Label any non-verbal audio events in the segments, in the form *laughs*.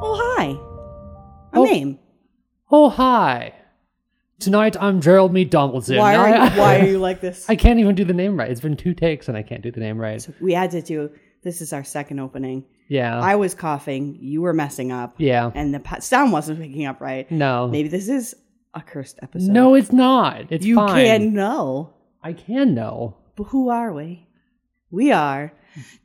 Oh, Oh, hi. Tonight I'm Gerald Me Donaldson. Why are, I, you, *laughs* why are you like this? I can't even do the name right. It's been two takes and I can't do the name right. So we had to do. This is our second opening. Yeah. I was coughing. You were messing up. Uh. yeah. And the po- sound wasn't picking up right. No. Maybe this is a cursed episode. No, it's not. It's you fine. can know. I can know. But who are we? We are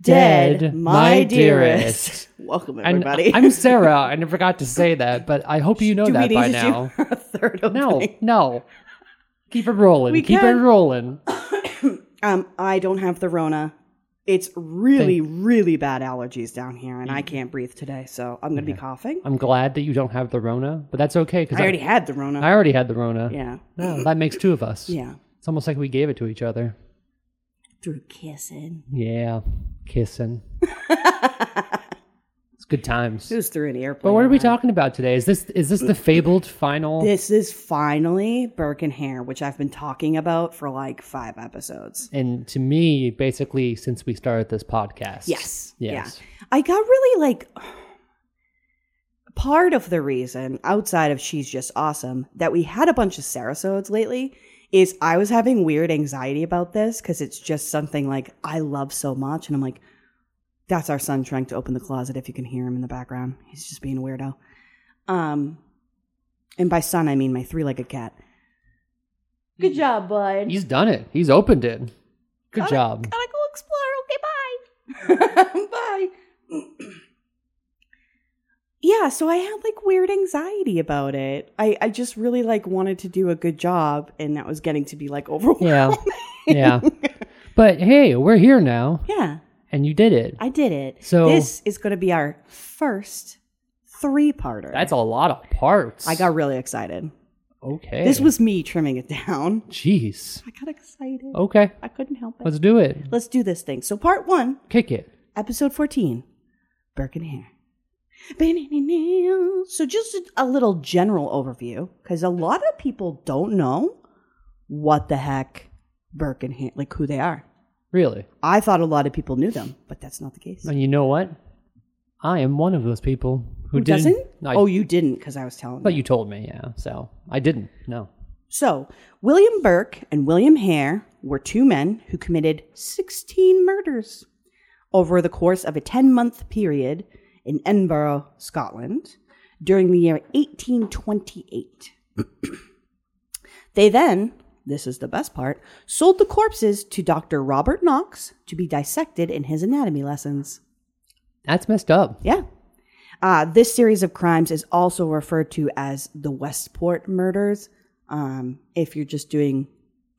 Dead, my dearest. *laughs* Welcome And everybody. I'm Sarah. I never got to say that, but I *laughs* hope you know do that we need by to now. do a third No, opening? no. Keep it rolling. We Keep can. it rolling. *clears throat* Um, I don't have the Rona. It's really, really bad allergies down here, and I Mm. can't breathe today, so I'm gonna be coughing. I'm glad that you don't have the Rona, but that's okay because I already had the Rona. Oh, I already had the Rona. yeah, No, that makes two of us. yeah. It's almost like we gave it to each other. Through kissing. Yeah, *laughs* kissing. it's good times. It was through an airplane. But what are we ride. talking about today? Is this is this the fabled final? This is finally Burke and Hare, which I've been talking about for like five episodes. And to me, basically, since we started this podcast, Yes. yes, Yeah. I got really like part of the reason, outside of she's just awesome, that we had a bunch of Sarasodes lately is I was having weird anxiety about this because it's just something like I love so much. And I'm like, that's our son trying to open the closet if you can hear him in the background. He's just being a weirdo. Um and by son I mean my three legged cat. Good job, bud. he's done it. He's opened it. Good Gotta- job. Gotta go "Oh, explore. Okay, bye. bye. *clears throat* yeah, so I had like weird anxiety about it. I, I just really like wanted to do a good job, and that was getting to be like *laughs* overwhelming. Yeah, yeah. But hey, we're here now, Yeah, and you did it. I did it. So- this is going to be our first three-parter. That's a lot of parts. I got really excited. okay. This was me trimming it down. *laughs* jeez. I got excited. Okay, I couldn't help it. let's do Oh. it. Let's do this thing. So part one. Kick it. episode 14 Burke and Hare. Ba-na-na-na. So, just a- a little general overview because a lot of people don't know what the heck Burke and Hare, like who they are. Really. I thought a lot of people knew them, but that's not the case. And you know what? I am one of those people who, Who didn't- doesn't? I- oh, you didn't because I was telling But you. you told me, yeah. So I didn't. No. So, William Burke and William Hare were two men who committed 16 murders over the course of a 10 month period in Edinburgh, Scotland, during the year 1828. *clears throat* they then, this is the best part, sold the corpses to Dr. Robert Knox to be dissected in his anatomy lessons. That's messed up. Yeah. Uh, this series of crimes is also referred to as the Westport murders. Um, if you're just doing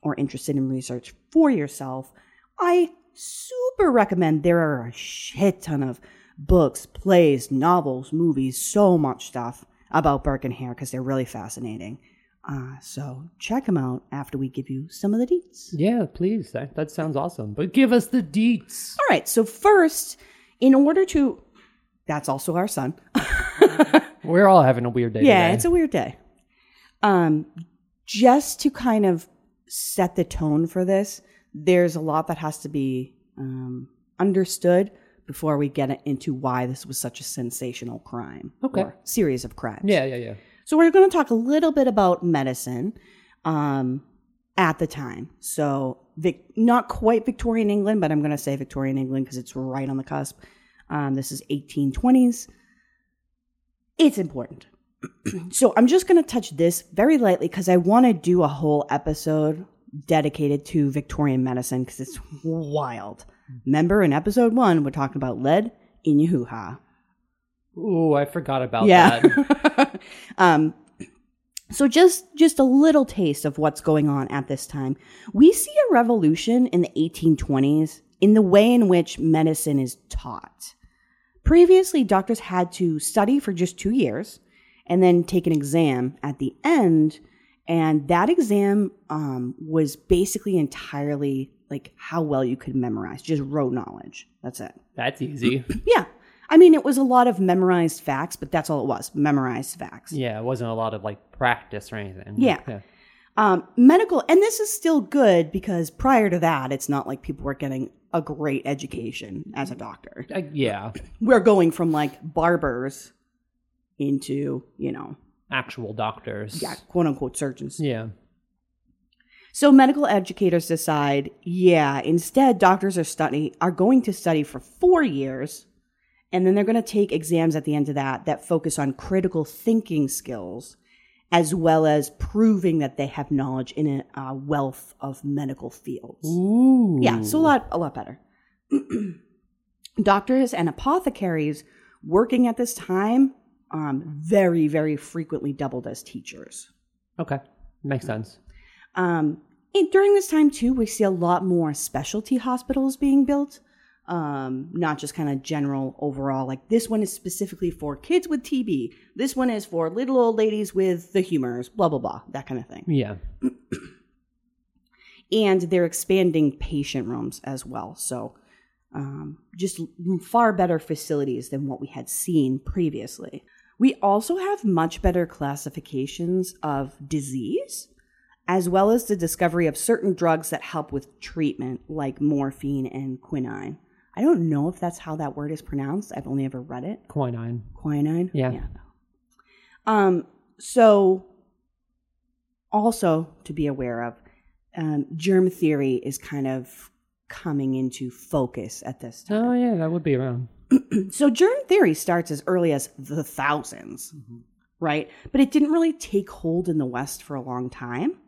or interested in research for yourself, I super recommend. There are a shit ton of books, plays, novels, movies, so much stuff about Burke and Hare because they're really fascinating. Uh, so check them out after we give you some of the deets. Yeah, please. That, that sounds awesome. But give us the deets. All right. So first, in order to, that's also our son. We're all having a weird day Yeah, today. it's a weird day. Um, just to kind of set the tone for this, there's a lot that has to be um, understood before we get into why this was such a sensational crime Okay. or series of crimes. yeah, yeah, yeah. So we're going to talk a little bit about medicine um, at the time. So Vic- not quite Victorian England, but I'm going to say Victorian England because it's right on the cusp. Um, this is 1820s. It's important. *clears throat* so I'm just going to touch this very lightly because I want to do a whole episode dedicated to Victorian medicine because it's wild. Remember in episode one, we're talking about lead in your hoo ha Ooh, I forgot about yeah. *laughs* that. um, so just just a little taste of what's going on at this time. We see a revolution in the 1820s in the way in which medicine is taught. Previously, doctors had to study for just 2 years and then take an exam at the end and that exam um, was basically entirely like how well you could memorize just rote knowledge that's it That's easy. yeah. I mean, it was a lot of memorized facts, but that's all it was memorized facts. Yeah, it wasn't a lot of like practice or anything. Yeah. Um, medical, and this is still good because prior to that, it's not like people were getting a great education as a doctor. I- Uh, yeah. We're going from like barbers into, you know, actual doctors. yeah, quote unquote surgeons. Yeah. So medical educators decide, yeah, instead doctors are study are going to study for 4 years and then they're going to take exams at the end of that that focus on critical thinking skills as well as proving that they have knowledge in a uh, wealth of medical fields. Ooh. Yeah, so a lot a lot better. *clears throat* Doctors and apothecaries working at this time um, very very frequently doubled as teachers. Okay. Makes sense. Um, and during this time too, we see a lot more specialty hospitals being built, um, not just kind of general overall. Like this one is specifically for kids with TB. This one is for little old ladies with the humors. Blah blah blah, that kind of thing. Yeah. And they're expanding patient rooms as well. So. Um, just l- far better facilities than what we had seen previously. We also have much better classifications of disease as well as the discovery of certain drugs that help with treatment, like morphine and quinine. I don't know if that's how that word is pronounced. I've only ever read it. Quinine. Quinine? Yeah. Um, so, also to be aware of, um, germ theory is kind of coming into focus at this time. Oh yeah, that would be around. So germ theory starts as early as the 1000s right? But it didn't really take hold in the West for a long time.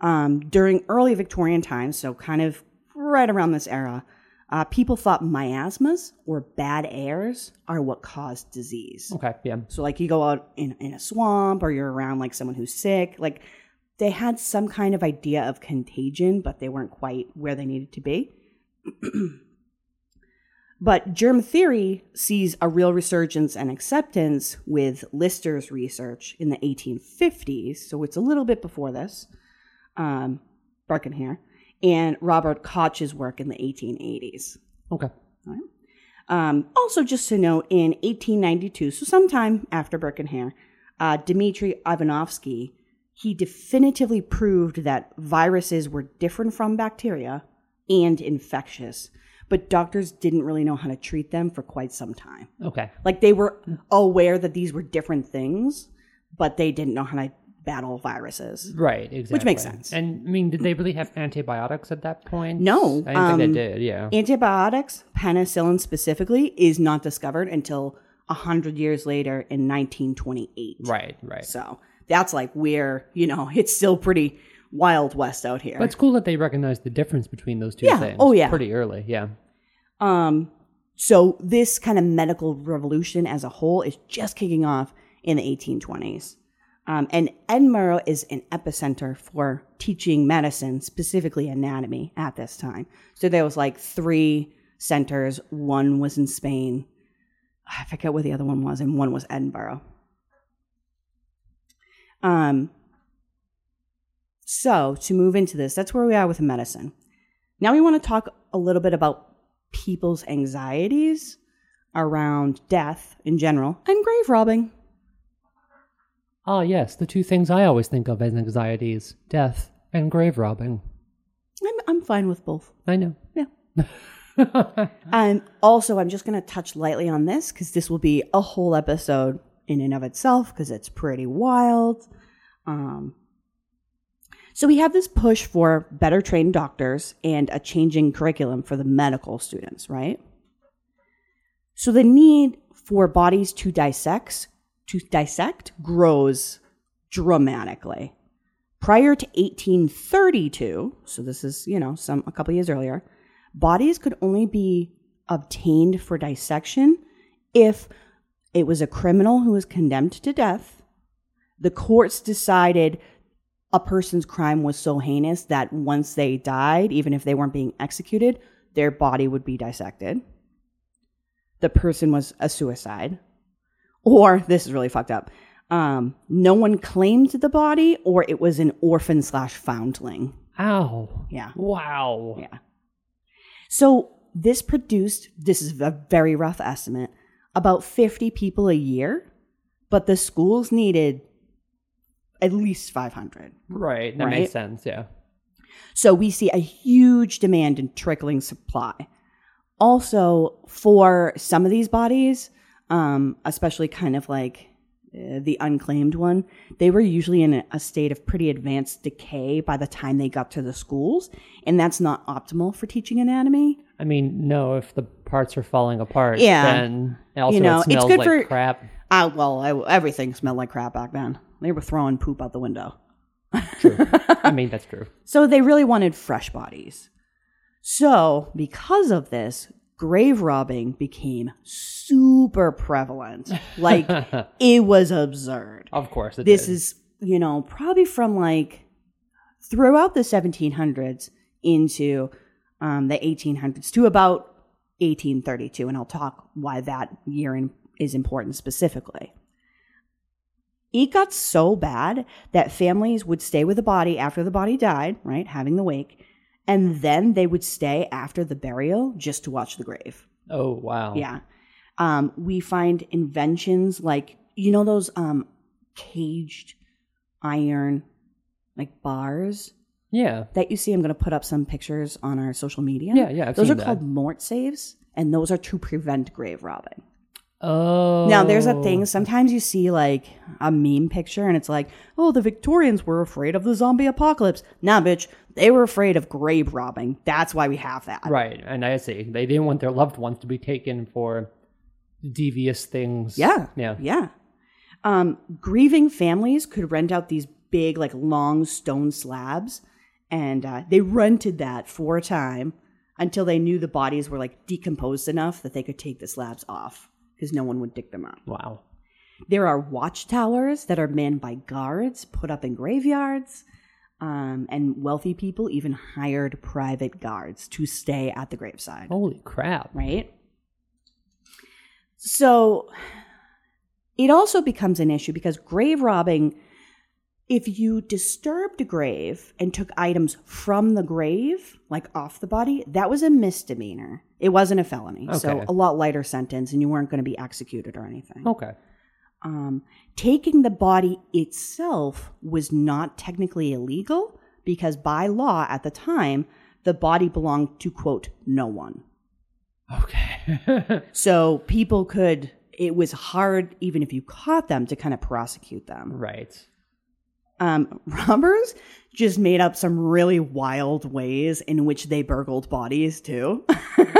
Um, during early Victorian times, so kind of right around this era, uh, people thought miasmas or bad airs are what caused disease. Okay. Yeah. So, like, you go out in, in a swamp or you're around like someone who's sick. Like, they had some kind of idea of contagion, but they weren't quite where they needed to be. *clears throat* but germ theory sees a real resurgence and acceptance with Lister's research in the 1850s. So, it's a little bit before this, um, Birkenhair, and Robert Koch's work in the 1880s. Okay. Um, also, just to note, in 1892, so sometime after Birkenhair, uh, Dmitry Ivanovsky, he definitively proved that viruses were different from bacteria and infectious, but doctors didn't really know how to treat them for quite some time. Okay. Like they were aware that these were different things, but they didn't know how to battle viruses. Right. Exactly. makes sense. And I mean, did they really have antibiotics at that point? No, um, I didn't think they did. Yeah. Antibiotics, penicillin specifically, is not discovered until 100 years later in 1928. right. Right. So that's like where, you know, it's still pretty wild west out here. But it's cool that they recognized the difference between those two Yeah. things. Oh, yeah. Pretty early. Yeah. um, so this kind of medical revolution as a whole is just kicking off in the 1820s. Um, and Edinburgh is an epicenter for teaching medicine, specifically anatomy, at this time. So there was like three centers. One was in Spain. I forget where the other one was, and one was Edinburgh. Um, so to move into this, that's where we are with medicine. Now we want to talk a little bit about people's anxieties around death in general and grave robbing. Ah, yes, the two things I always think of as anxieties: death and grave robbing. I'm, I'm fine with both. I know. Yeah. Yeah. Um, also, I'm just going to touch lightly on this because this will be a whole episode in and of itself because it's pretty wild. Um, so, we have this push for better trained doctors and a changing curriculum for the medical students, right? So, the need for bodies to dissect, to dissect grows dramatically. Prior to 1832, so this is, you know, some a couple years earlier, bodies could only be obtained for dissection if it was a criminal who was condemned to death. The courts decided a person's crime was so heinous that once they died, even if they weren't being executed, their body would be dissected. The person was a suicide. Or, this is really fucked up, um, no one claimed the body, or it was an orphan slash foundling. Ow. Yeah. Wow. Yeah. So this produced, this is a very rough estimate, about 50 people a year, but the schools needed at least 500. Right. That Right? makes sense. Yeah. So we see a huge demand and trickling supply. Also, for some of these bodies, um, especially kind of like uh, the unclaimed one, they were usually in a- a state of pretty advanced decay by the time they got to the schools, and that's not optimal for teaching anatomy. I mean, no, if the parts are falling apart, Yeah. then and also know, it it's smells good like for- *laughs* crap. Uh, well, I, everything smelled like crap back then. They were throwing poop out the window. I mean, that's true. *laughs* So they really wanted fresh bodies. So, because of this, grave robbing became super prevalent. Like, it was absurd. Of course, it This did. is, you know, probably from like throughout the 1700s into um, the 1800s to about 1832. And I'll talk why that year in, is important specifically. It got so bad that families would stay with the body after the body died, right? Having the wake. And then they would stay after the burial just to watch the grave. Oh wow. Yeah. Um, we find inventions like, you know, those um, caged iron like bars Yeah. that you see. I'm going to put up some pictures on our social media. Yeah, yeah, I've those seen are that. called mort saves, and those are to prevent grave robbing. Oh. Now, there's a thing. Sometimes you see like a meme picture, and it's like, "Oh, the Victorians were afraid of the zombie apocalypse." Nah, bitch, they were afraid of grave robbing. That's why we have that. Right, and I see they didn't want their loved ones to be taken for devious things. Yeah. Yeah. Yeah. Um, grieving families could rent out these big, like long stone slabs. And uh, they rented that for a time until they knew the bodies were like decomposed enough that they could take the slabs off because no one would dig them up. Wow. There are watchtowers that are manned by guards put up in graveyards. Um, and wealthy people even hired private guards to stay at the graveside Holy crap. right? So it also becomes an issue because grave robbing, if you disturbed a grave and took items from the grave, like off the body, that was a misdemeanor. It wasn't a felony. So Okay. a lot lighter sentence, and you weren't going to be executed or anything. Okay. Um, taking the body itself was not technically illegal because by law at the time, the body belonged to, quote, no one. Okay. So people could, it was hard, even if you caught them, to kind of prosecute them. *laughs* right. Um, *laughs* robbers just made up some really wild ways in which they burgled bodies, too.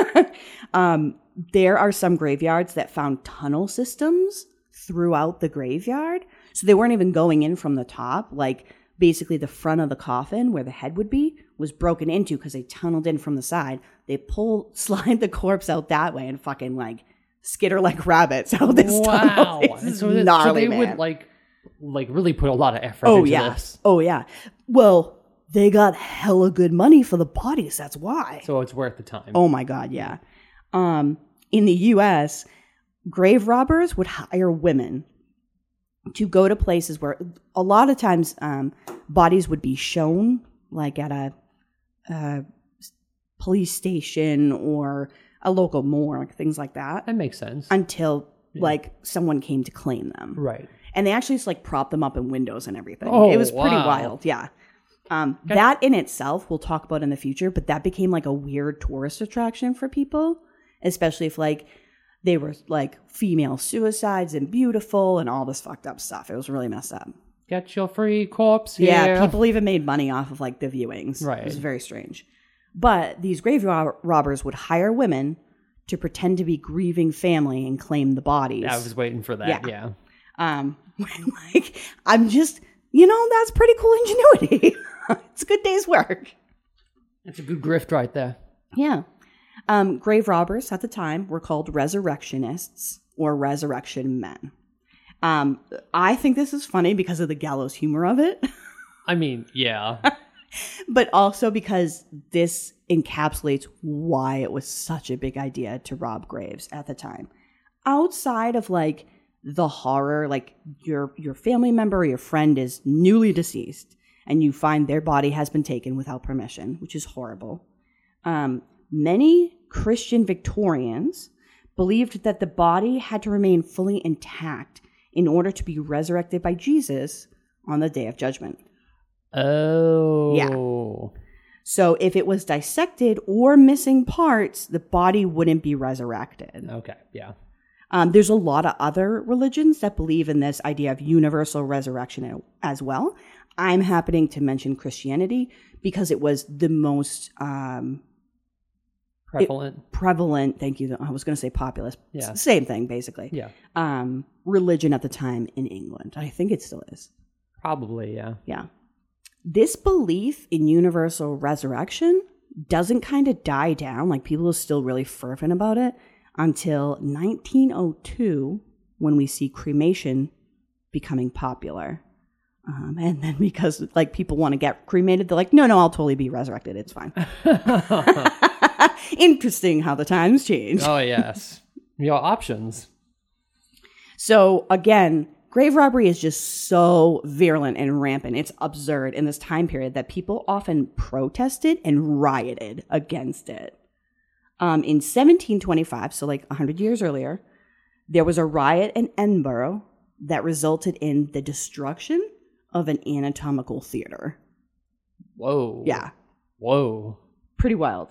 *laughs* um, there are some graveyards that found tunnel systems throughout the graveyard. So they weren't even going in from the top. Like, basically, the front of the coffin where the head would be was broken into because they tunneled in from the side. They pull, *laughs* slide the corpse out that way and fucking like skitter like rabbits *laughs* out *laughs* *laughs* this Wow. tunnel. And It's so, that- so gnarly, they man. would like, like really put a lot of effort Oh into yeah. this. Oh yeah. Well, they got hella good money for the bodies. That's why. So it's worth the time. Oh my god, yeah. Um, in the U.S., grave robbers would hire women to go to places where a lot of times um, bodies would be shown, like at a, a police station or a local morgue, things like that, That makes sense. until like someone came to claim them right. and they actually just like prop them up in windows and everything. Oh, it was pretty wow. wild. Yeah. Um, that in itself we'll talk about in the future, but that became like a weird tourist attraction for people, especially if like they were like female suicides and beautiful and all this fucked up stuff. It was really messed up. Get your free corpse here. Yeah, people even made money off of like the viewings. Right. It was very strange. But these grave rob- robbers would hire women to pretend to be grieving family and claim the bodies. I was waiting for that. Yeah. Um, *laughs* when, like I'm just, you know, that's pretty cool ingenuity. *laughs* it's a good day's work. That's a good grift right there. Yeah. Um, grave robbers at the time were called resurrectionists or resurrection men. Um, I think this is funny because of the gallows humor of it, *laughs* I mean, yeah. but also because this encapsulates why it was such a big idea to rob graves at the time. Outside of like the horror, like your your family member or your friend is newly deceased and you find their body has been taken without permission, which is horrible. Um, many Christian Victorians believed that the body had to remain fully intact in order to be resurrected by Jesus on the day of judgment. oh. So if it was dissected or missing parts, the body wouldn't be resurrected. Okay. Yeah. Um, there's a lot of other religions that believe in this idea of universal resurrection as well. I'm happening to mention Christianity because it was the most um, Prevalent. prevalent. Thank you. I was going to say populist. Yeah. S- Same thing, basically. yeah. Um, religion at the time in England. I think it still is. Probably, yeah. Yeah. *laughs* This belief in universal resurrection doesn't kind of die down. Like people are still really fervent about it until 1902 when we see cremation becoming popular. Um, and then because like people want to get cremated, they're like, no, no, I'll totally be resurrected. It's fine. *laughs* Interesting how the times change. Oh, yes. Your options. So again, grave robbery is just so virulent and rampant. It's absurd in this time period that people often protested and rioted against it. Um, in 1725, so like 100 years earlier, there was a riot in Edinburgh that resulted in the destruction of an anatomical theater. Whoa. Yeah, Whoa. pretty wild.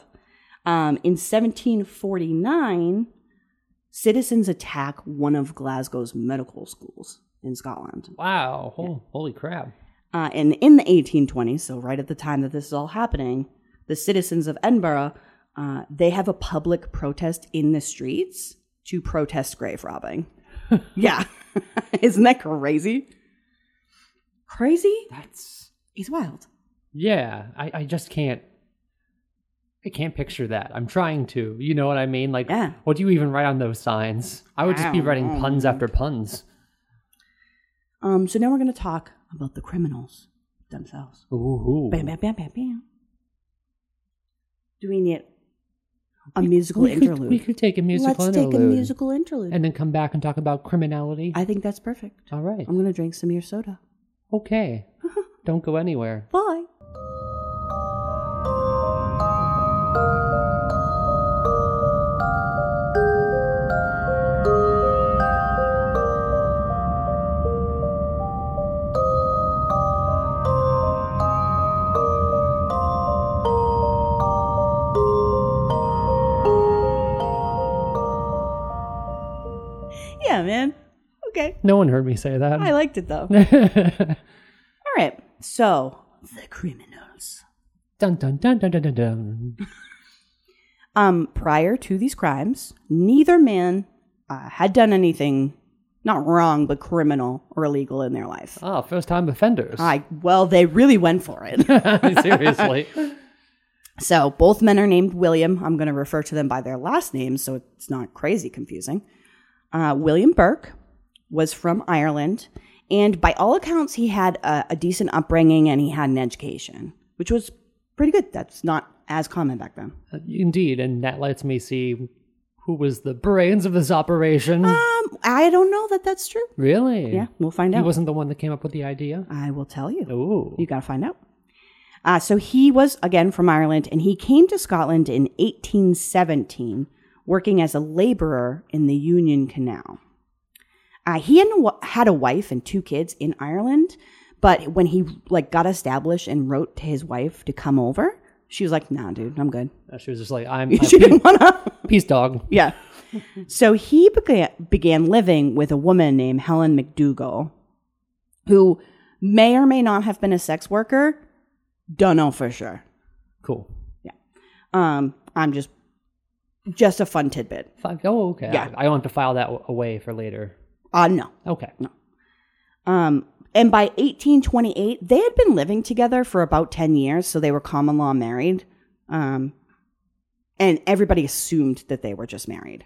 Um, in 1749, citizens attack one of Glasgow's medical schools in Scotland. Wow. Holy, holy crap. Uh, and in the 1820s, so right at the time that this is all happening, the citizens of Edinburgh uh, they have a public protest in the streets to protest grave robbing. *laughs* yeah, *laughs* isn't that crazy? Crazy? That's. It's wild. Yeah. I, I just can't. I can't picture that. I'm trying to. You know what I mean? Like, Yeah. what do you even write on those signs? I would just be I writing don't puns know. after puns. Um, so now we're going to talk about the criminals themselves. Ooh. Bam, bam, bam, bam, bam. Do we need a musical we interlude? Could, we could take a musical Let's interlude. take a musical interlude. and then come back and talk about criminality. I think that's perfect. All right. I'm going to drink some of your soda. *laughs* Okay. Don't go anywhere. Bye. Yeah, man. Okay. No one heard me say that. I liked it though. *laughs* All right. So, the criminals. dun dun dun dun dun dun. dun. Um, prior to these crimes, neither man uh, had done anything not wrong, but criminal or illegal in their life. Ah, first time offenders. I, well, they really went for it. *laughs* *laughs* Seriously. so, both men are named William. I'm going to refer to them by their last names so it's not crazy confusing. Uh, William Burke was from Ireland, and by all accounts, he had a, a decent upbringing and he had an education, which was pretty good. That's not as common back then. Indeed, and that lets me see who was the brains of this operation. Um, I don't know that that's true. really? Yeah, we'll find He out. wasn't the one that came up with the idea. I will tell you. Ooh. You got to find out. Uh, so he was again from Ireland, and he came to Scotland in 1817, working as a laborer in the Union Canal. Uh, he had, a- had a wife and two kids in Ireland, but when he like got established and wrote to his wife to come over, she was like, "Nah, dude, I'm good." *laughs* Uh, She was just like, I'm, She I'm didn't want to. peace dog. Yeah. So he began, began living with a woman named Helen McDougall, who may or may not have been a sex worker. Don't know for sure. Cool. Um, I'm just just a fun tidbit. Fuck. Oh, okay. Yeah. I, I don't have to file that w- away for later. Uh, no. Okay. Um, and by 1828, they had been living together for about 10 years, so they were common law married. Um, and everybody assumed that they were just married.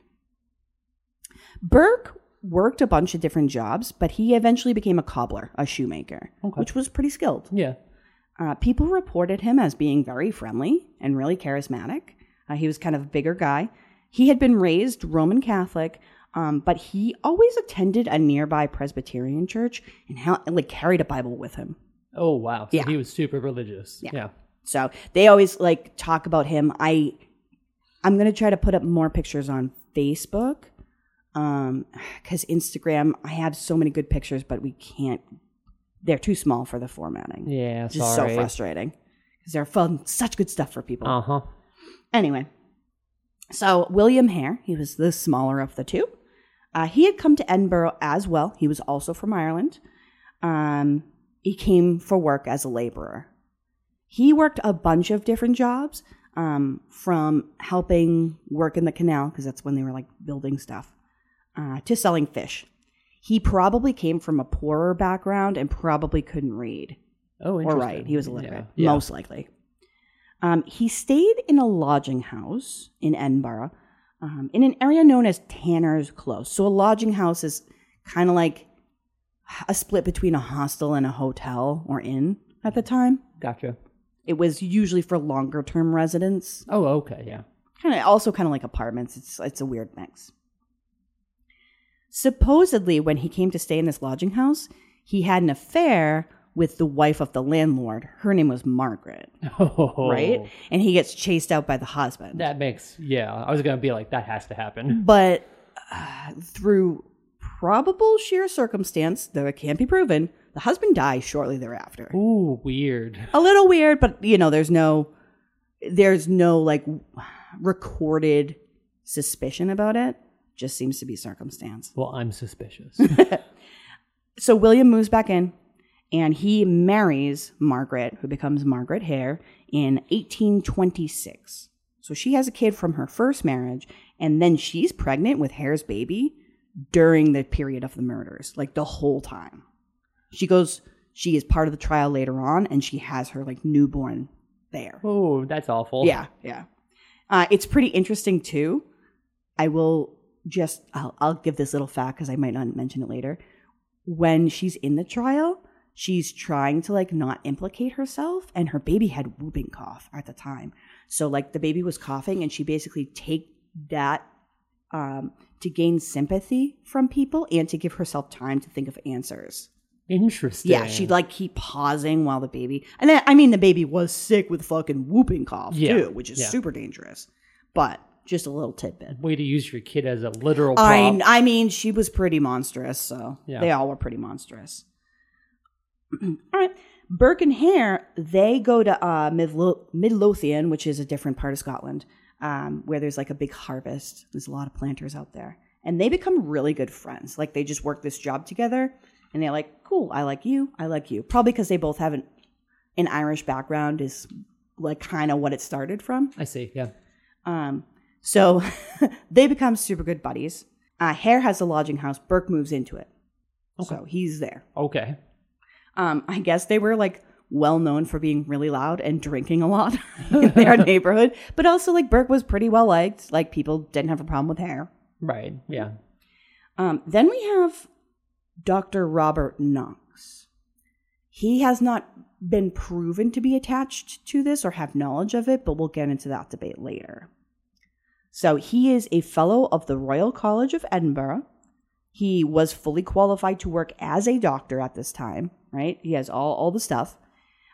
Burke worked a bunch of different jobs, but he eventually became a cobbler, a shoemaker, Okay. which was pretty skilled. Yeah. Uh, people reported him as being very friendly and really charismatic. Uh, he was kind of a bigger guy. He had been raised Roman Catholic, um, but he always attended a nearby Presbyterian church and hel- like carried a Bible with him. Oh, wow. So Yeah. He was super religious. Yeah. yeah. So they always like talk about him. I I'm gonna try to put up more pictures on Facebook. Um, because Instagram, I have so many good pictures, but we can't. They're too small for the formatting. Yeah, Which is so sorry. frustrating because they're fun, such good stuff for people. uh huh. Anyway, so William Hare, he was the smaller of the two. Uh, he had come to Edinburgh as well. He was also from Ireland. Um, he came for work as a laborer. He worked a bunch of different jobs, um, from helping work in the canal, because that's when they were like building stuff, uh, to selling fish. He probably came from a poorer background and probably couldn't read Oh, or interesting. write. He was illiterate, Yeah. most likely. Um, he stayed in a lodging house in Edinburgh, um, in an area known as Tanner's Close. So a lodging house is kind of like a split between a hostel and a hotel or inn at the time. Gotcha. It was usually for longer term residents Oh, okay. Yeah. kind of also kind of like apartments. It's it's a weird mix. Supposedly, when he came to stay in this lodging house, he had an affair with the wife of the landlord. Her name was Margaret, Oh, right? And he gets chased out by the husband. That makes yeah. I was gonna be like, that has to happen. but uh, through probable sheer circumstance, though it can't be proven, the husband dies shortly thereafter. Ooh, weird. a little weird, but you know, there's no there's no like recorded suspicion about it. Just seems to be circumstance. Well, I'm *laughs* suspicious. So William moves back in and he marries Margaret, who becomes Margaret Hare in 1826. So she has a kid from her first marriage and then she's pregnant with Hare's baby during the period of the murders, like the whole time. She goes she is part of the trial later on and she has her like newborn there. oh, that's awful. Yeah, yeah. Uh, it's pretty interesting too. I will just I'll, I'll give this little fact because I might not mention it later. When she's in the trial, she's trying to like not implicate herself, and her baby had whooping cough at the time. So like the baby was coughing, and she basically take that um, to gain sympathy from people and to give herself time to think of answers. Interesting. Yeah, she'd like keep pausing while the baby, and then, I mean, the baby was sick with fucking whooping cough Yeah, too, which is yeah. super dangerous. But just a little tidbit. way to use your kid as a literal prop. I, I mean, she was pretty monstrous, so Yeah. they all were pretty monstrous. *clears throat* all right, Burke and Hare they go to uh, Midlo- Midlothian, which is a different part of Scotland, um, where there's like a big harvest. There's a lot of planters out there, and they become really good friends. Like they just work this job together, and they're like, "Cool, I like you, I like you." Probably because they both have an, an Irish background is like kind of what it started from. I see. Yeah. Um, so *laughs* they become super good buddies. Uh, Hare has a lodging house. Burke moves into it. So he's there. Okay. Um, I guess they were like well known for being really loud and drinking a lot *laughs* in their neighborhood. But also, like, Burke was pretty well liked. Like, people didn't have a problem with Hare. Right. Yeah. Um, then we have Dr. Robert Knox. He has not been proven to be attached to this or have knowledge of it, but we'll get into that debate later. So he is a fellow of the Royal College of Edinburgh. He was fully qualified to work as a doctor at this time, right? He has all, all the stuff.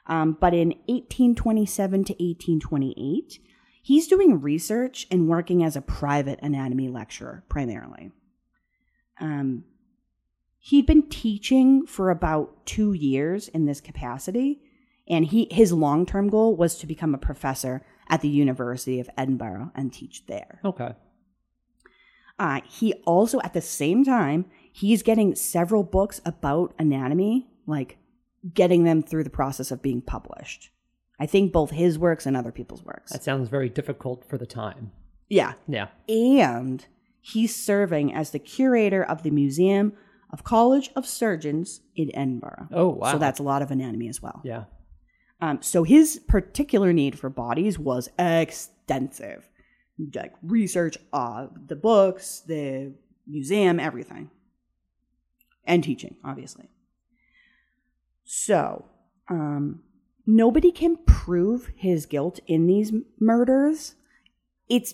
Um, but in 1827 to 1828, he's doing research and working as a private anatomy lecturer primarily um, he'd been teaching for about two years in this capacity, and he his long term goal was to become a professor at the University of Edinburgh and teach there. Okay. Uh, he also, at the same time, he's getting several books about anatomy, like getting them through the process of being published. I think both his works and other people's works. That sounds very difficult for the time. yeah, Yeah. and he's serving as the curator of the Museum of College of Surgeons in Edinburgh. Oh, wow. So that's a lot of anatomy as well. Yeah. Um, so his particular need for bodies was extensive, like research, uh, the books, the museum, everything, and teaching, obviously. So um, nobody can prove his guilt in these m- murders. It's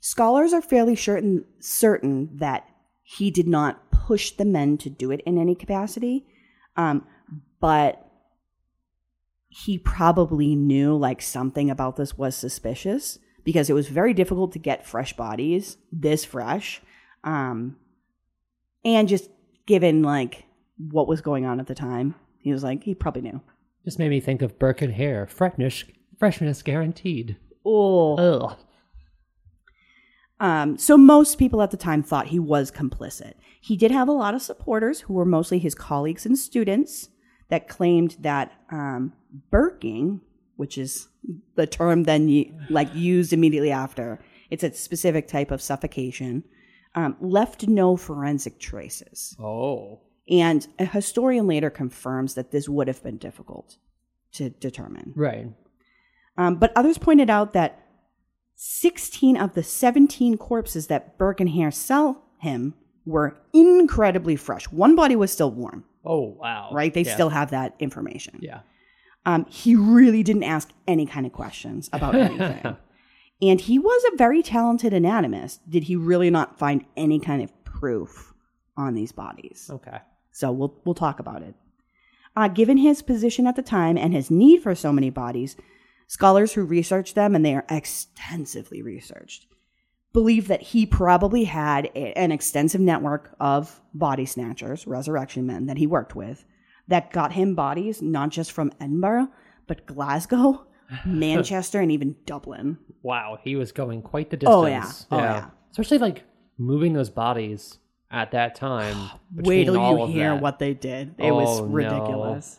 scholars are fairly certain certain that he did not push the men to do it in any capacity, um, but he probably knew like something about this was suspicious because it was very difficult to get fresh bodies this fresh um and just given like what was going on at the time he was like he probably knew Just made me think of Burke and Hare. Oh. Freshness, freshness guaranteed. oh Ugh. Um, so most people at the time thought he was complicit. He did have a lot of supporters who were mostly his colleagues and students that claimed that um, Birking, which is the term then u- like used immediately after, it's a specific type of suffocation, um, left no forensic traces. Oh. And a historian later confirms that this would have been difficult to determine. Right. Um, but others pointed out that 16 of the 17 corpses that Burke and Hare sell him were incredibly fresh. One body was still warm, Oh, wow. right? They Yeah. still have that information. Yeah. Um, he really didn't ask any kind of questions about *laughs* anything. and he was a very talented anatomist. Did he really not find any kind of proof on these bodies? Okay. So we'll we'll talk about it. Uh, given his position at the time and his need for so many bodies, scholars who researched them and they are extensively researched believe that he probably had a- an extensive network of body snatchers, resurrection men that he worked with, that got him bodies not just from Edinburgh but Glasgow, Manchester, and even Dublin. Wow. He was going quite the distance. Oh, yeah. Oh, yeah. Especially like moving those bodies at that time. *sighs* Wait between till all you of hear that. what they did. It was Oh, no. ridiculous.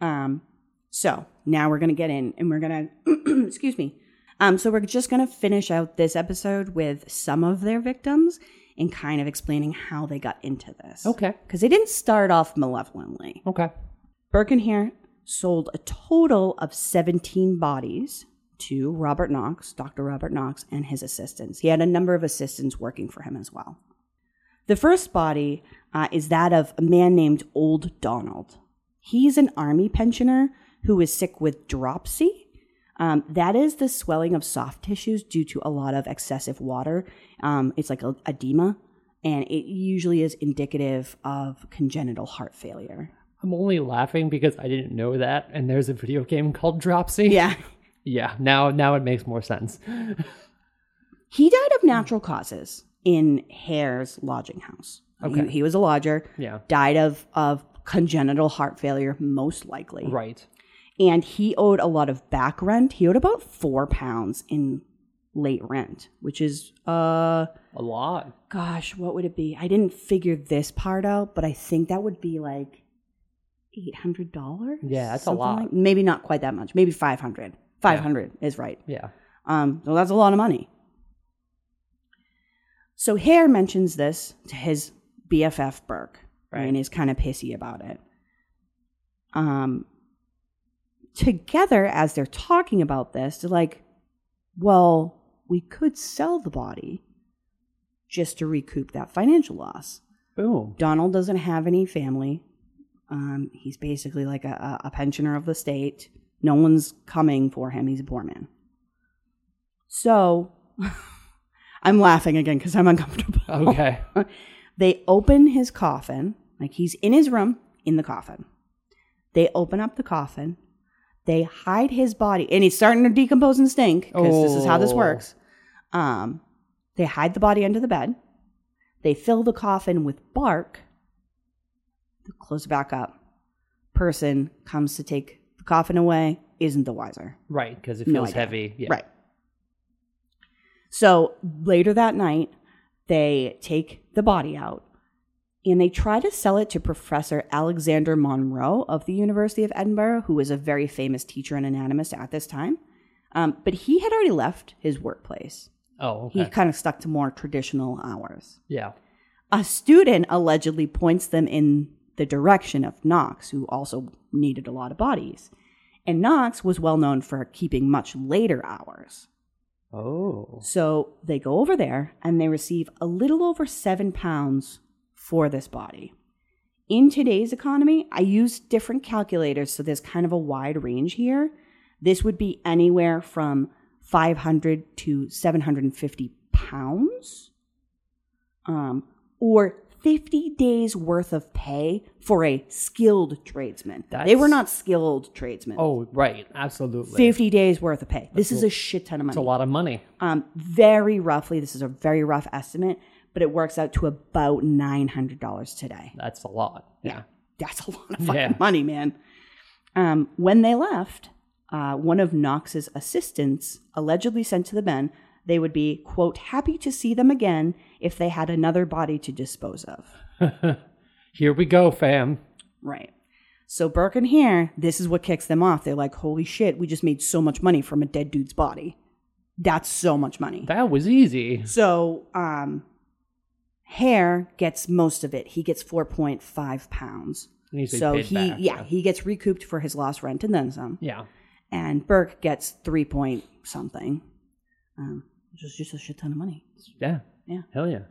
Um, so now we're gonna get in, and we're gonna *clears throat* excuse me. Um, so we're just gonna finish out this episode with some of their victims and kind of explaining how they got into this. Okay. because they didn't start off malevolently. Okay. Birkenhair sold a total of 17 bodies to Robert Knox, Dr. Robert Knox, and his assistants. He had a number of assistants working for him as well. The first body uh, is that of a man named Old Donald. He's an army pensioner who is sick with dropsy. Um, that is the swelling of soft tissues due to a lot of excessive water. Um, it's like a edema, and it usually is indicative of congenital heart failure. I'm only laughing because I didn't know that, and there's a video game called Dropsy. Yeah. *laughs* Yeah. Now, now it makes more sense. He died of natural causes in Hare's lodging house. Okay. He, he was a lodger, Yeah. died of, of congenital heart failure, most likely. Right. And he owed a lot of back rent. He owed about four pounds in late rent, which is, uh, A lot. gosh, what would it be? I didn't figure this part out, but I think that would be like $800. Yeah, that's a something lot. like- maybe not quite that much. Maybe 500. 500 is right. Yeah. Um, so that's a lot of money. So Hare mentions this to his BFF Burke, Right. and he's kind of pissy about it. Um, together, as they're talking about this, they're like, "Well, we could sell the body just to recoup that financial loss." Boom. Donald doesn't have any family. Um, he's basically like a, a a pensioner of the state. No one's coming for him. He's a poor man. So *laughs* I'm laughing again because I'm uncomfortable. *laughs* Okay. Oh. They open his coffin. Like he's in his room in the coffin. They open up the coffin. They hide his body. And he's starting to decompose and stink because this is how this Oh. works. Um, they hide the body under the bed. They fill the coffin with bark. Close it back up. Person comes to take the coffin away, isn't the wiser. Right. Because it No feels idea. heavy. Yeah. Right. So later that night, they take the body out and they try to sell it to Professor Alexander Monroe of the University of Edinburgh, who was a very famous teacher and anatomist at this time. Um, but he had already left his workplace. Oh, He okay. kind of stuck to more traditional hours. yeah. A student allegedly points them in the direction of Knox, who also needed a lot of bodies. And Knox was well known for keeping much later hours. Oh. So they go over there and they receive a little over seven pounds for this body. In today's economy, I use different calculators, so there's kind of a wide range here. This would be anywhere from 500 to 750 pounds, um, or 50 days worth of pay for a skilled tradesman. they That's- were not skilled tradesmen. Oh, right. Absolutely. 50 days worth of pay. This is a shit ton of money. It's a lot of money. Um, very roughly, this is a very rough estimate, but it works out to about nine hundred dollars today. That's a lot. Yeah. That's a lot of fucking Yeah. money, man. Um, when they left, uh, one of Knox's assistants allegedly said to the men They would be, quote, happy to see them again if they had another body to dispose of. Here we go, fam. Right. So Burke and Hare, this is what kicks them off. They're like, holy shit, we just made so much money from a dead dude's body. That's so much money. That was easy. So, um, Hare gets most of it. He gets 4.5 pounds. And he's So paid he, back. yeah, he gets recouped for his lost rent and then some. Yeah. And Burke gets three point something, um, which is just a shit ton of money. Yeah. Yeah. Hell yeah.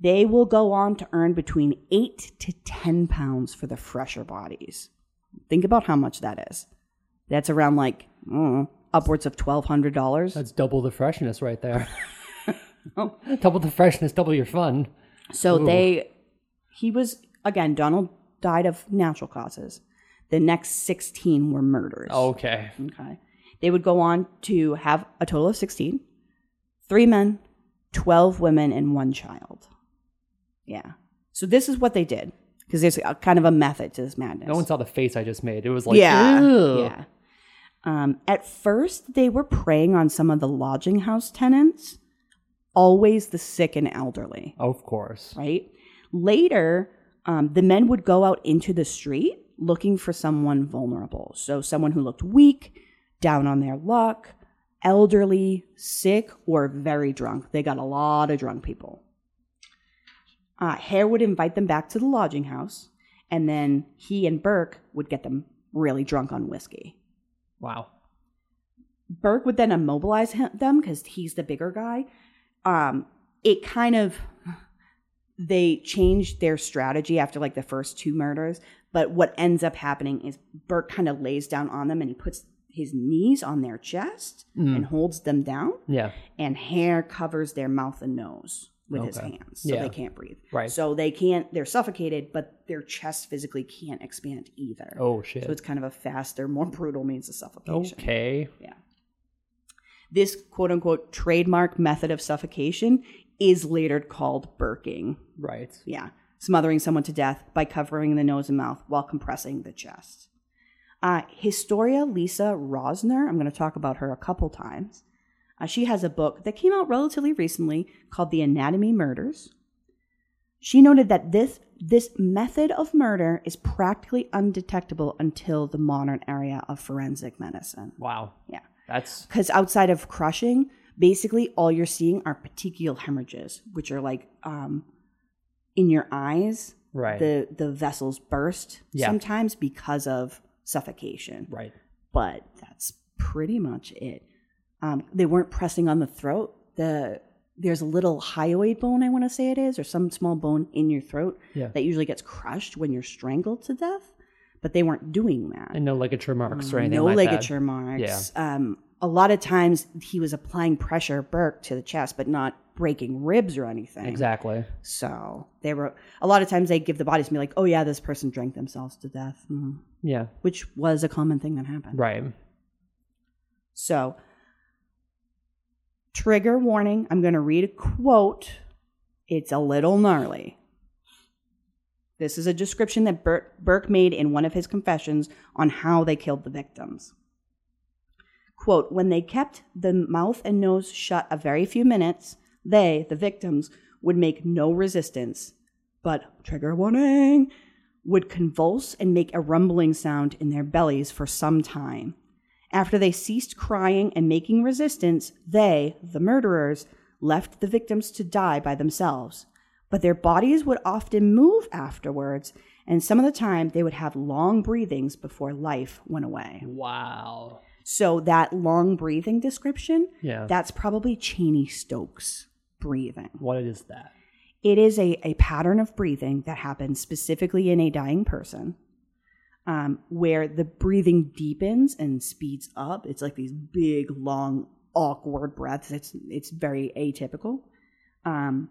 They will go on to earn between eight to 10 pounds for the fresher bodies. Think about how much that is. That's around like I don't know, upwards of $1,200. That's double the freshness *laughs* right there. *laughs* double the freshness, double your fun. So they, he was, again, Donald died of natural causes. The next 16 were murders. Okay. Okay. They would go on to have a total of 16 three men, 12 women, and one child. Yeah. So this is what they did because there's a, kind of a method to this madness. No one saw the face I just made. It was like, yeah. "Ew." Yeah. Um, at first, they were preying on some of the lodging house tenants, always the sick and elderly Of course. right? Later, um, the men would go out into the street looking for someone vulnerable. So, someone who looked weak, down on their luck, elderly, sick, or very drunk. They got a lot of drunk people. Uh, Hare would invite them back to the lodging house, and then he and Burke would get them really drunk on whiskey. Wow. Burke would then immobilize him, them because he's the bigger guy. Um, it kind of they changed their strategy after like the first two murders, but what ends up happening is Burke kind of lays down on them and he puts his knees on their chest Mm. and holds them down, Yeah. and hair covers their mouth and nose with his Okay. hands, so Yeah. they can't breathe. Right. So they can't. They're suffocated, but their chest physically can't expand either. oh, shit. So it's kind of a faster, more brutal means of suffocation okay. this quote unquote trademark method of suffocation is later called burking. Right. Yeah, smothering someone to death by covering the nose and mouth while compressing the chest. Uh, Historia Lisa Rosner, I'm going to talk about her a couple times. Uh, she has a book that came out relatively recently called The Anatomy Murders. She noted that this this method of murder is practically undetectable until the modern area of forensic medicine. Wow. Yeah. That's Because outside of crushing, basically all you're seeing are petechial hemorrhages, which are like um, in your eyes. right. The the vessels burst Yeah. sometimes because of suffocation, right. but that's pretty much it. Um, they weren't pressing on the throat. The there's a little hyoid bone, I want to say it is, or some small bone in your throat Yeah. that usually gets crushed when you're strangled to death. But they weren't doing that and no ligature marks or anything no like that. ligature marks. Um, a lot of times he was applying pressure, Burke, to the chest, but not breaking ribs or anything. Exactly. So they were a lot of times they give the bodies and be like, "Oh yeah, this person drank themselves to death," Mhm. Yeah. which was a common thing that happened. Right. So, trigger warning. I'm going to read a quote. It's a little gnarly. This is a description that Bur- Burke made in one of his confessions on how they killed the victims. Quote When they kept the mouth and nose shut a very few minutes, they, the victims, would make no resistance, but trigger warning, would convulse and make a rumbling sound in their bellies for some time. After they ceased crying and making resistance, they, the murderers, left the victims to die by themselves. But their bodies would often move afterwards, and some of the time they would have long breathings before life went away. Wow. So, that long breathing description, Yeah. that's probably Cheney Stokes breathing. what is that? It is a, a pattern of breathing that happens specifically in a dying person um, where the breathing deepens and speeds up. It's like these big, long, awkward breaths. It's, it's very atypical. Um,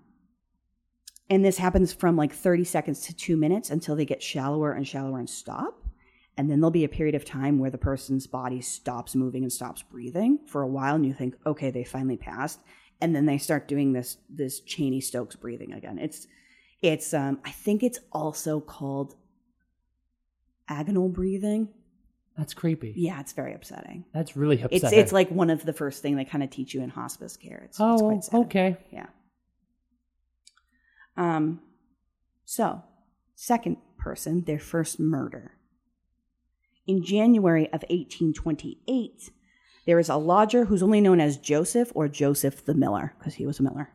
and this happens from like 30 seconds to two minutes until they get shallower and shallower and stop. And then there'll be a period of time where the person's body stops moving and stops breathing for a while, and you think, okay, they finally passed. And then they start doing this this Cheney Stokes breathing again. It's it's um I think it's also called agonal breathing. That's creepy. Yeah, it's very upsetting. That's really upsetting. It's it's like one of the first thing they kind of teach you in hospice care. It's, it's oh, quite sad. okay. Yeah. Um, so, second person, their first murder. In January of 1828, there is a lodger who's only known as Joseph or Joseph the Miller because he was a miller.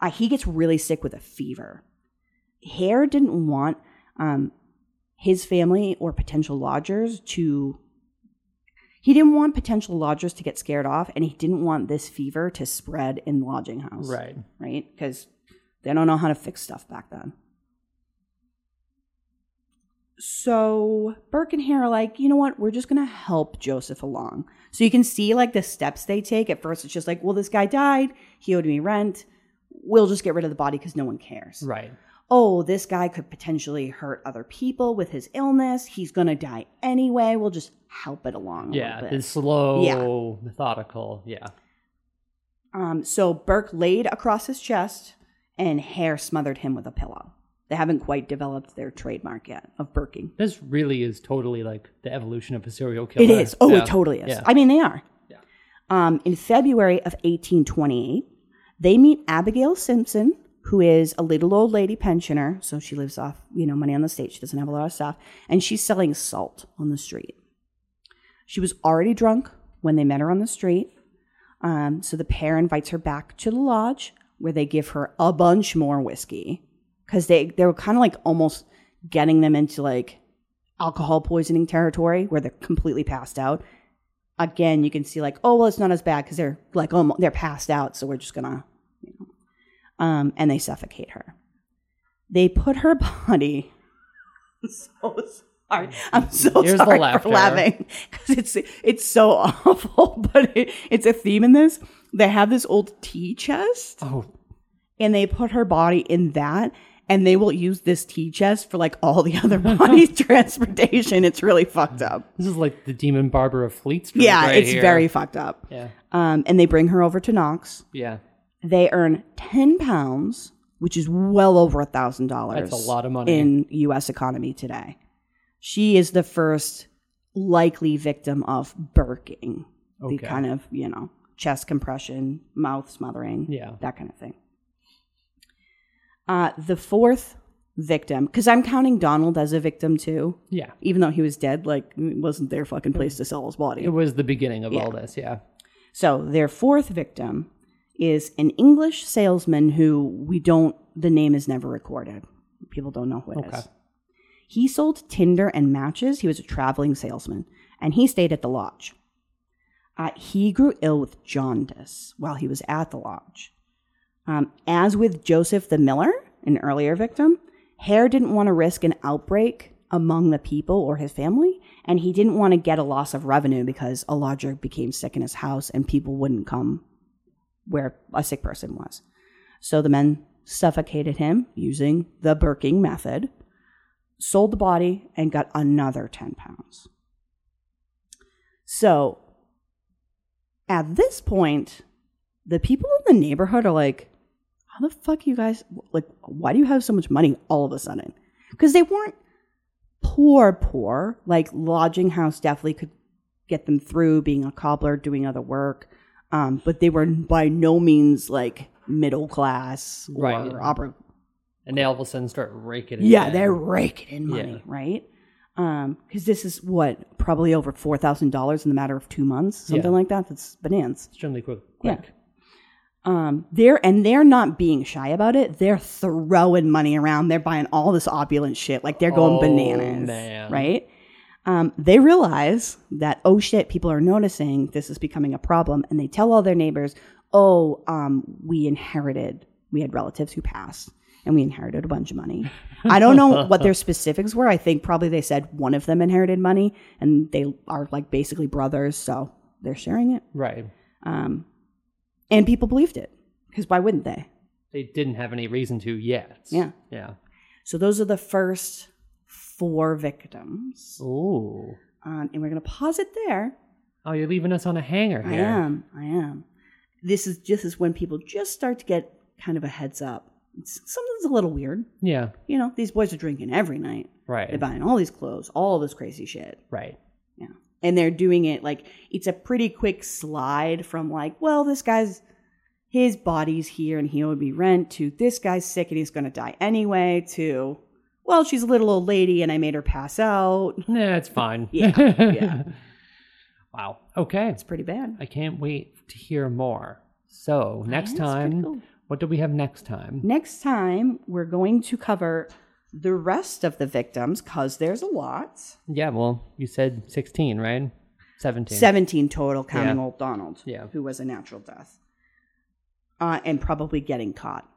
Uh, he gets really sick with a fever. Hare didn't want um, his family or potential lodgers to. He didn't want potential lodgers to get scared off, and he didn't want this fever to spread in the lodging house Right. right? Because they don't know how to fix stuff back then. So Burke and Hare are like, you know what? We're just gonna help Joseph along. So you can see like the steps they take. At first, it's just like, well, this guy died. He owed me rent. We'll just get rid of the body because no one cares. Right. Oh, this guy could potentially hurt other people with his illness. He's gonna die anyway. We'll just help it along. a Yeah. little bit. The slow, methodical. Yeah. Um, so Burke laid across his chest, and Hare smothered him with a pillow. They haven't quite developed their trademark yet of Birking. This really is totally like the evolution of a serial killer. It is. Oh, Yeah. it totally is. Yeah. I mean, they are. Yeah. Um, in February of 1828, they meet Abigail Simpson, who is a little old lady pensioner. So she lives off, you know, money on the state. She doesn't have a lot of stuff. And she's selling salt on the street. She was already drunk when they met her on the street. Um, so the pair invites her back to the lodge where they give her a bunch more whiskey because they, they were kind of like almost getting them into like alcohol poisoning territory where they're completely passed out. Again, you can see like, oh well, it's not as bad because they're like almost they're passed out, so we're just gonna, you know, um, and they suffocate her. They put her *laughs* body. I'm so sorry. I'm so Here's the sorry laughter. for laughing because it's it's so *laughs* awful, but it, it's a theme in this. They have this old tea chest Oh, and they put her body in that and they will use this tea chest for like all the *laughs* other *laughs* bodies transportation it's really fucked up this is like the demon barber of Fleet Street. yeah right it's here. very fucked up Yeah. um, and they bring her over to knox Yeah. they earn 10 pounds which is well over a thousand dollars That's a lot of money. in us economy today she is the first likely victim of burking the Okay. kind of you know chest compression mouth smothering Yeah. that kind of thing. Uh, the fourth victim, because I'm counting Donald as a victim too, Yeah. even though he was dead, like it wasn't their fucking place to sell his body. It was the beginning of Yeah. all this. Yeah. So their fourth victim is an English salesman who we don't, the name is never recorded. People don't know who it is. Okay. He sold tinder and matches. He was a traveling salesman and he stayed at the lodge. Uh, he grew ill with jaundice while he was at the lodge. Um, as with Joseph the Miller, an earlier victim, Hare didn't want to risk an outbreak among the people or his family, and he didn't want to get a loss of revenue because a lodger became sick in his house and people wouldn't come where a sick person was. So the men suffocated him using the Birking method, sold the body, and got another 10 pounds. So at this point, the people in the neighborhood are like, how the fuck you guys, like, why do you have so much money all of a sudden? Because they weren't poor, poor. Like, lodging house definitely could get them through being a cobbler, doing other work. Um, but they were by no means like middle class or Right. upper And they all of a sudden start raking it yeah, in. they're raking in money, Yeah. right? Because this is what probably over four thousand dollars in the matter of two months, something Yeah. like that. That's bananas. extremely quick. Yeah. quick. Um, they're and they're not being shy about it. They're throwing money around. They're buying all this opulent shit. Like they're going Oh, bananas, man. right? Um, they realize that oh shit, people are noticing this is becoming a problem, and they tell all their neighbors, oh, um, we inherited, we had relatives who passed, and we inherited a bunch of money. I don't know what *laughs* their specifics were. I think probably they said one of them inherited money, and they are like basically brothers, so they're sharing it. Right. Um, and people believed it because why wouldn't they? They didn't have any reason to yet. Yeah. Yeah. So those are the first four victims. Ooh. Um, and we're going to pause it there. Oh, you're leaving us on a hanger I here. am. I am. This is just is when people just start to get kind of a heads up. It's, something's a little weird. Yeah. You know, these boys are drinking every night. Right. They're buying all these clothes, all this crazy shit. Right. Yeah. and they're doing it like it's a pretty quick slide from like, well, this guy's his body's here and he would be rent to this guy's sick and he's going to die anyway to well, she's a little old lady and I made her pass out. Nah, it's fine. Yeah, yeah. *laughs* wow. Okay. It's pretty bad. I can't wait to hear more. So next That's time, pretty cool. what do we have next time? Next time we're going to cover the rest of the victims cuz there's a lot. Yeah. Well, you said sixteen, right? Seventeen. 17 total counting Yeah. old Donald, Yeah. who was a natural death. Uh, and probably getting caught.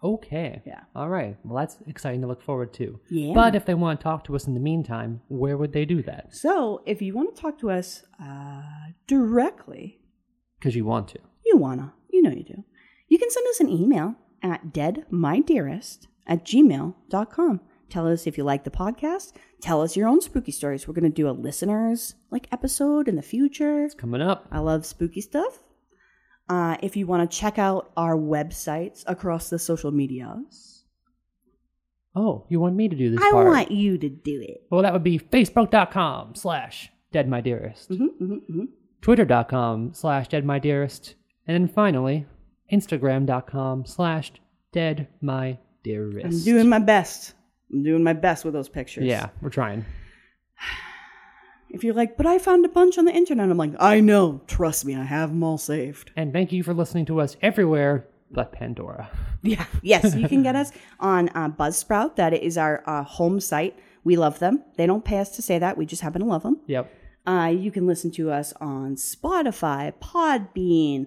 Okay. Yeah. All right. Well, that's exciting to look forward to. Yeah. But if they want to talk to us in the meantime, where would they do that? So, if you want to talk to us uh, directly, Because you want to. you wanna, you know you do, you can send us an email at deadmydearest at gmail.com. Tell us if you like the podcast. Tell us your own spooky stories. We're going to do a listeners like episode in the future. It's coming up. I love spooky stuff. Uh, if you want to check out our websites across the social medias, Oh, you want me to do this I part? want you to do it. Well, that would be facebook.com slash dead my dearest, hmm hmm hmm twitter.com slash dead my dearest, and then finally, instagram.com slash dead my dearest. I'm doing my best. I'm doing my best with those pictures. Yeah, we're trying. If you're like, but I found a bunch on the internet, I'm like, I know. Trust me, I have them all saved. And thank you for listening to us everywhere but Pandora. Yeah. *laughs* Yes, you can *laughs* get us on uh, Buzzsprout. That is our uh, home site. We love them. They don't pay us to say that. We just happen to love them. Yep. Uh, you can listen to us on Spotify, Podbean,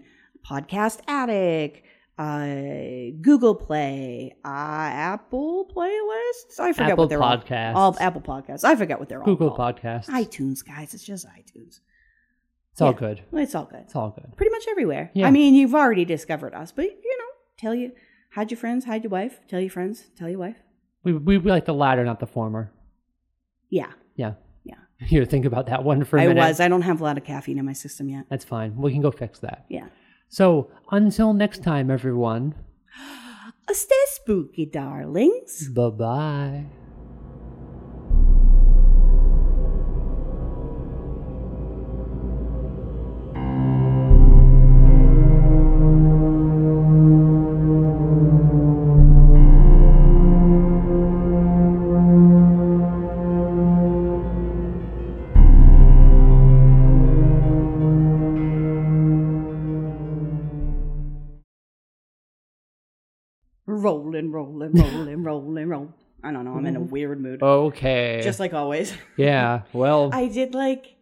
Podcast Addict, uh, Google Play, uh, Apple Playlists. I forget Apple what they're Podcasts. all. All Apple Podcasts. I forget what they're Google all. called. Podcasts. iTunes, guys. It's just iTunes. it's all yeah. good. Well, It's all good. It's all good. Pretty much everywhere. Yeah. I mean, you've already discovered us, but you know, tell you, hide your friends, hide your wife, tell your friends, tell your wife. We, we, we like the latter, not the former. Yeah, Yeah. yeah. *laughs* You think about that one for a I minute. was. I don't have a lot of caffeine in my system yet. That's fine. We can go fix that. Yeah. So until next time, everyone. Uh, Stay spooky, darlings. Bye bye. Rolling, *laughs* rolling, rolling, rolling, roll. I don't know. I'm in a weird mood, Mm-hmm. Okay. just like *laughs* always. yeah. Well. I did like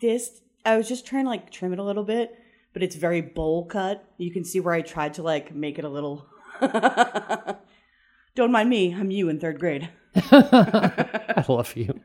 this. I was just trying to like trim it a little bit, but it's very bowl cut. You can see where I tried to like make it a little. *laughs* don't mind me. I'm you in third grade. *laughs* I love you.